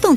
懂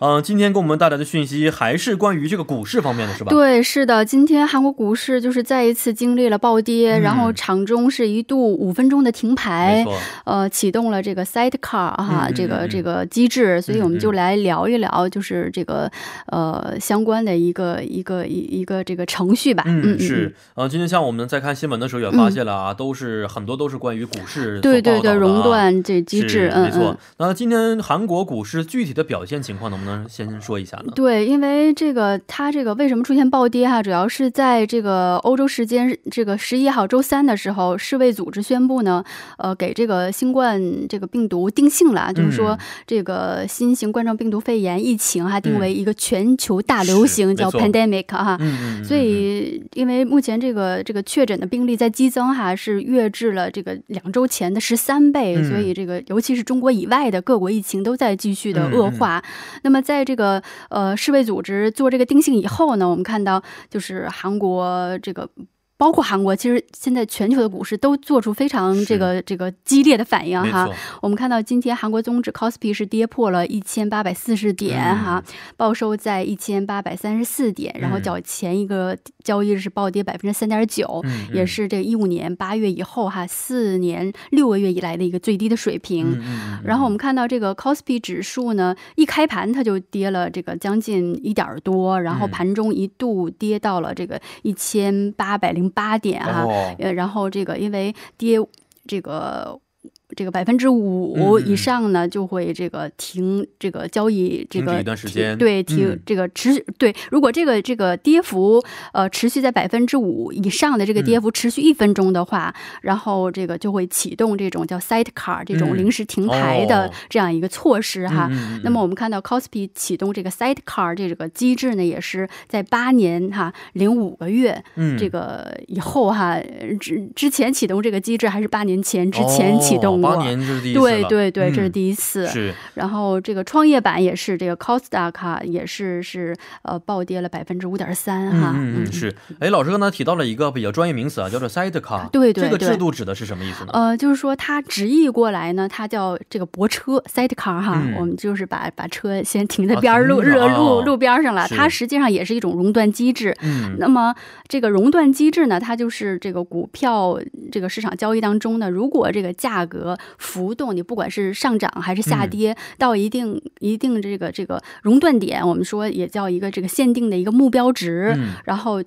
嗯、呃，今天给我们带来的讯息还是关于这个股市方面的，是吧？对，是的，今天韩国股市就是再一次经历了暴跌，嗯然后场中是一度五分钟的停没牌，错，呃，启动了这个 sidecar 啊，嗯嗯这嗯个嗯这个机制，所以我嗯们嗯就来聊一聊，就是这个呃相关的一个一个一一个这个程序吧。嗯，是，呃，今天像我们在看新闻的时候也发现了啊，都是很多都是关于股市所嗯对报对道对，的啊熔断这机是制，嗯没嗯错。。那今天韩国股市具体的表现情况，能不能先说一下呢？对，因为这个它这个为什么出现暴跌啊哈、主要是在这个欧洲时间这个十一号周三的时候，世卫组织宣布呢，呃，给这个新冠这个病毒定性了啊，就是说嗯这个新型冠状病毒肺炎疫情哈、定嗯为一个全球大流是没行，叫错 pandemic 啊哈、嗯嗯嗯，所以，因为目前这个这个确诊的病例在激增哈，是越至了这个两周前的十三倍，嗯所以这个尤其是中国以外的各国疫情都在继续的嗯恶化。那么，在这个呃世卫组织做这个定性以后呢，我们看到就是韩国这个。包括韩国，其实现在全球的股市都做出非常这个这个激烈的反应没哈错。，我们看到今天韩国综指 KOSPI 是跌破了一千八百四十点嗯哈，报收在一千八百三十四点，然后嗯较前一个交易日是暴跌百分之三点九。嗯，嗯也，是这一五年八月以后哈，四年六个月以来的一个最低的水平。嗯嗯嗯，然后我们看到这个 c o s p i 指数呢，一开盘它就跌了这个将近一点儿多，然后嗯盘中一度跌到了这个一千八百零八点哈、哦，呃，然后这个因为跌这个。这个百分之五嗯嗯以上呢，就会这个停这个交易，这停止个一段时停间对，停、嗯这个持续对。如果这个这个跌幅呃持续在百分之五以上的这个嗯跌幅持续一分钟的话，然后这个就会启动这种叫 sidecar 这嗯种临时停牌哦的这样一个措施哈。嗯嗯嗯那么我们看到 Cospi 启动这个 sidecar 这个机制呢，也是在八年哈零五个月嗯这个以后哈，呃之之前启动这个机制还是八年前之前启动过。哦、八年这是第一次对了对对，这是嗯第一次。是然后这个创业板也是，这个 Costa 卡也是是呃暴跌了百分之五点三哈。嗯嗯嗯是，哎，老师刚才提到了一个比较专业名词啊，叫做 sidecar，对对这个对制度指的是什么意思呢？呃，就是说它直译过来呢，它叫这个泊车 sidecar 哈、嗯我们就是把把车先停在啊边儿停路、着热哦路路边儿上了。是它实际上也是一种熔断机制。嗯那么这个熔断机制呢，它就是这个股票这个市场交易当中呢，如果这个价格浮动，你不管是上涨还是嗯下跌，到一定一定这个这个熔断点，我们说也叫一个这个限定的一个目标值，嗯然后。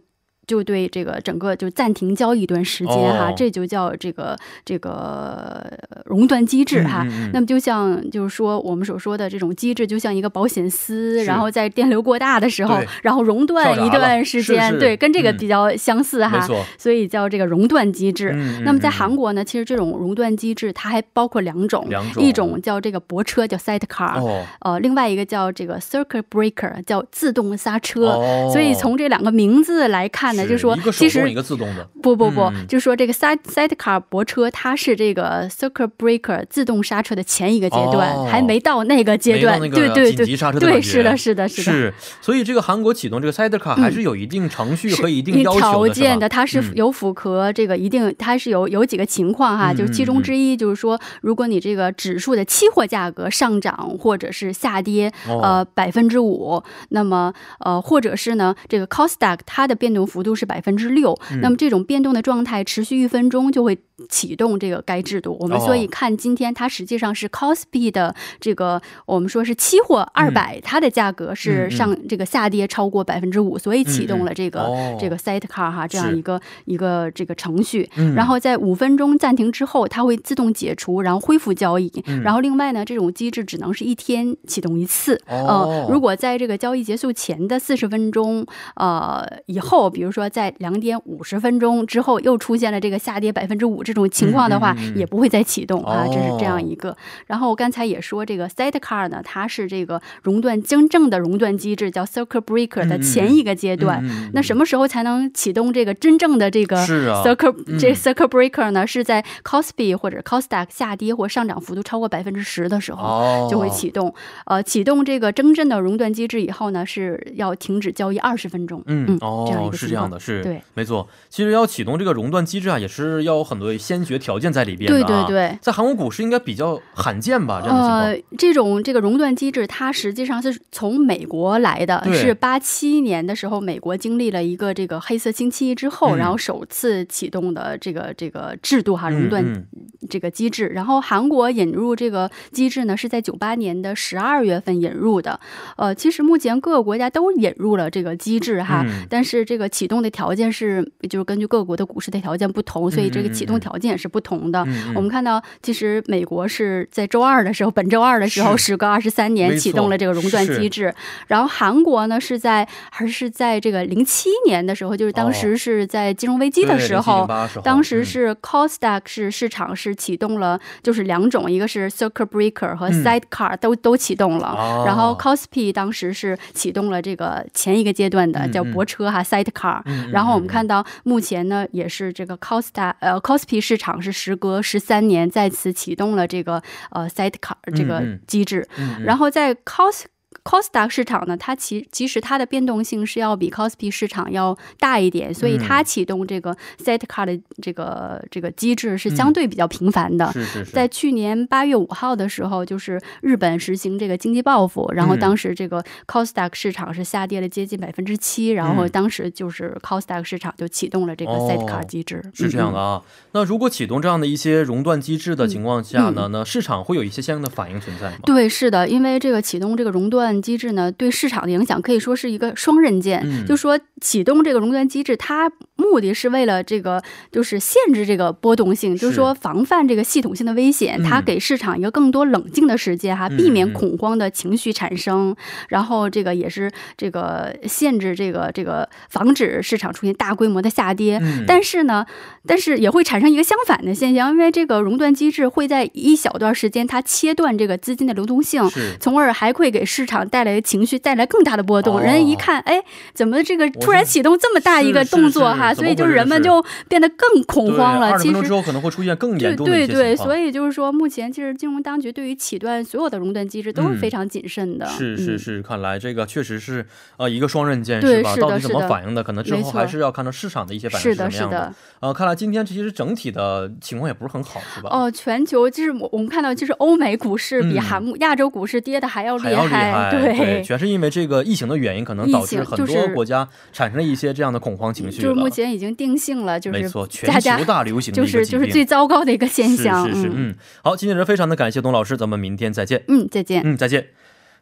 就对这个整个就暂停交易一段时间哈，哦这就叫这个这个熔断机制哈。嗯嗯嗯那么就像就是说我们所说的这种机制，就像一个保险丝，是然后在电流过大的时候对，然后熔断一段时跳闸了间，是是对，跟这个嗯比较相似没哈，错，所以叫这个熔断机制。嗯那么在嗯韩国呢，其实这种熔断机制它还包括两种，两种一种叫这个泊车，叫 sidecar，、哦呃，另外一个叫这个 circuit breaker，叫自动刹车。哦，所以从这两个名字来看呢，就是说一个手其实动一个自动的，不不不，嗯就说这个 side sidecar 泊车，它是这个 circuit breaker 自动刹车的前一个阶段，哦还没到那个阶没到段。那个对对紧急对，刹车的对，感觉是的，是的，是的。是，所以这个韩国启动这个 sidecar 还是有一定程序和一定要求的，条件的，它是嗯有符合这个一定，它是有有几个情况哈，嗯就是其嗯中嗯之一就是说，如果你这个指数的期货价格上涨或者是下跌，哦呃百分之五，那么呃或者是呢这个 Cosdaq 它的变动幅度是百分之六，嗯那么这种变动的状态持续一分钟就会启动这个该制度。我们哦所以看今天它实际上是 Cosby 的这个我们说是期货二百、它的价格嗯嗯是上这个下跌超过百分之五，所以启动了这个、哦这个 sidecar 哈这样是一个一个这个程序。嗯然后在五分钟暂停之后，它会自动解除，然后恢复交易。嗯然后另外呢，这种机制只能是一天启动一次。哦呃，如果在这个交易结束前的四十分钟呃以后，比如说在两点五十分钟之后又出现了这个下跌百分之五这种情况的话，嗯嗯嗯也不会再启动啊，这是这样哦一个。然后我刚才也说，这个 sidecar 呢，它是这个熔断真正的熔断机制叫 circuit breaker 的前一个阶段。嗯那什么时候才能启动这个真正的这个是啊 circuit、嗯这 circuit breaker 呢？是在 Kospi 或者 Kosdaq 下跌或上涨幅度超过百分之十的时候。哦就会启动，呃，启动这个真正的熔断机制以后呢，是要停止交易二十分钟。嗯，这样一哦，个是情这样况的，是，对，没错。其实要启动这个熔断机制啊，也是要有很多先决条件在里边对的、啊。对对。在韩国股市应该比较罕见吧？这样的情况。呃，这种这个熔断机制，它实际上是从美国来的，对是八七年的时候，美国经历了一个这个黑色星期一之后，嗯然后首次启动的这个这个制度哈，熔断嗯这个机制。然后韩国引入这个机制呢，是在九八年的十二月份引入的。呃，其实目前各个国家都引入了这个机制啊哈，嗯但是这个启动的条件是，就是根据各国的股市的条件不同，所以这个启嗯嗯动嗯条件也是不同的。嗯嗯我们看到，其实美国是在周二的时候，本周二的时候，是时隔二十三年没错启动了这个熔断机制。然后韩国呢是在还是在这个零七年的时候，就是当时是在金融危机的哦对时候， 0708时候嗯当时是啊 Cosdaq 是市场是启动了，就是两种，一个是 Circuit Breaker 和嗯 Sidecar 都、都启动了。哦然后 Cospi 当时是启动了这个前一个阶段的嗯叫嗯泊车哈、Sidecar，、嗯嗯然后我们嗯看到目前呢，也是这个 Costa 呃 Cospi 市场是时隔十三年再次启动了这个呃 Sidecar 这个嗯嗯机制，嗯嗯然后在 Cos。Costa 市场呢，它其其实它的变动性是要比 Cospi 市场要大一点，嗯所以它启动这个 Setcar 的这个这个机制是相对比较频繁的。嗯是是是，在去年八月五号的时候，就是日本实行这个经济报复，然后嗯当时这个 Cosdaq 市场是下跌了接近百分之七，然后嗯当时就是 Cosdaq 市场就启动了这个哦 Sidecar 机制，是这样的嗯。嗯嗯啊。那如果启动这样的一些熔断机制的情况下呢，那市场会有一些相应的反应存在吗？对，是的，因为这个启动这个熔断机制呢，对市场的影响可以说是一个双刃剑。嗯就说启动这个熔断机制，它目的是为了这个就是限制这个波动性，就是是说防范这个系统性的危险，嗯它给市场一个更多冷静的时间哈，嗯避免嗯恐慌的情绪产生，然后这个也是这个限制这个这个防止市场出现大规模的下跌。嗯但是呢，但是也会产生一个相反的现象，因为这个熔断机制会在一小段时间它切断这个资金的流动性。是从而还会给市场带来情绪带来更大的波动。哦人家一看，哎，怎么这个突然启动这么大一个是是动作哈？是所以就怎么回事人们就变得更恐慌了。二十其分钟之实。后可能会出现更对严重的一对些对，情况。所以就是说，目前其实金融当局对于启动所有的熔断机制都是非常谨慎的。嗯是是嗯是，看来这个确实是呃一个双刃剑，对吧？是到的底怎是么的反应的，可能之没后错还是要看到市场的一些反应是什的，么是样的。呃，看来今天其实整体的情况也不是很好，是吧？哦，全球就是我我们看到，就是欧美股市比嗯韩、亚洲股市跌的还要还要厉害， 对。全是因为这个疫情的原因，可能疫导致情很就多是嗯国家产生了一些这样的恐慌情绪就是目了前已经定性了，就没是错，全大家球大流行的就一个是疾就是病最糟糕的一个现象。是是是，嗯嗯，好，今天人非常的感谢董老师，咱们明天再见，嗯，再见。嗯，再见。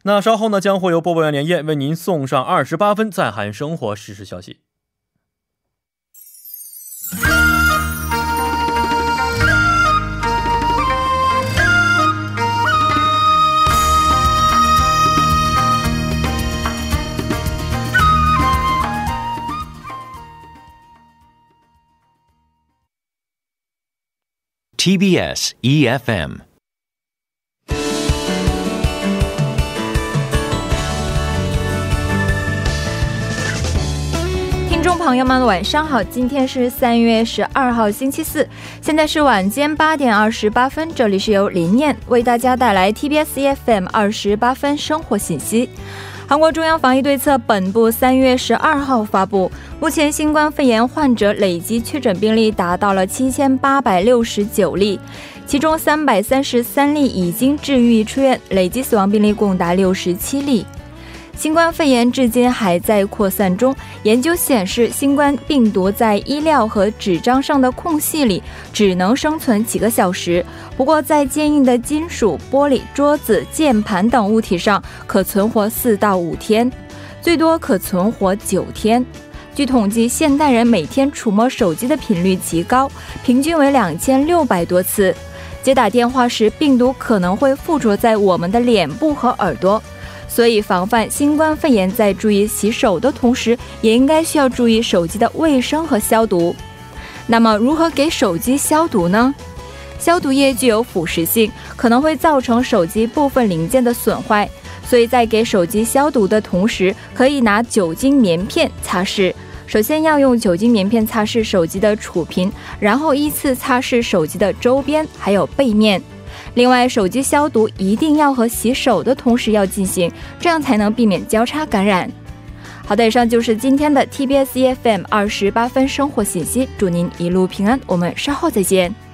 那稍后呢，将会由播报员连夜为您送上二十八分在韩生活实时消息。 TBS EFM. 听众朋友们，晚上好！今天是三月十二号，星期四，现在是晚间八点二十八分，这里是由林燕为大家带来 TBS EFM E 二十八分生活信息。韩国中央防疫对策本部三月十二号发布，目前新冠肺炎患者累计确诊病例达到了七千八百六十九例，其中三百三十三例已经治愈出院，累计死亡病例共达六十七例。新冠肺炎至今还在扩散中。研究显示，新冠病毒在衣料和纸张上的空隙里只能生存几个小时，不过在坚硬的金属、玻璃、桌子、键盘等物体上可存活四到五天，最多可存活九天。据统计，现代人每天触摸手机的频率极高，平均为两千六百多次。接打电话时，病毒可能会附着在我们的脸部和耳朵，所以，防范新冠肺炎，在注意洗手的同时，也应该需要注意手机的卫生和消毒。那么，如何给手机消毒呢？消毒液具有腐蚀性，可能会造成手机部分零件的损坏，所以在给手机消毒的同时，可以拿酒精棉片擦拭。首先要用酒精棉片擦拭手机的触屏，然后依次擦拭手机的周边还有背面。另外，手机消毒一定要和洗手的同时要进行，这样才能避免交叉感染。好的，以上就是今 E 天的 TBS EFM 二十八分生活信息，祝您一路平安，我们稍后再见。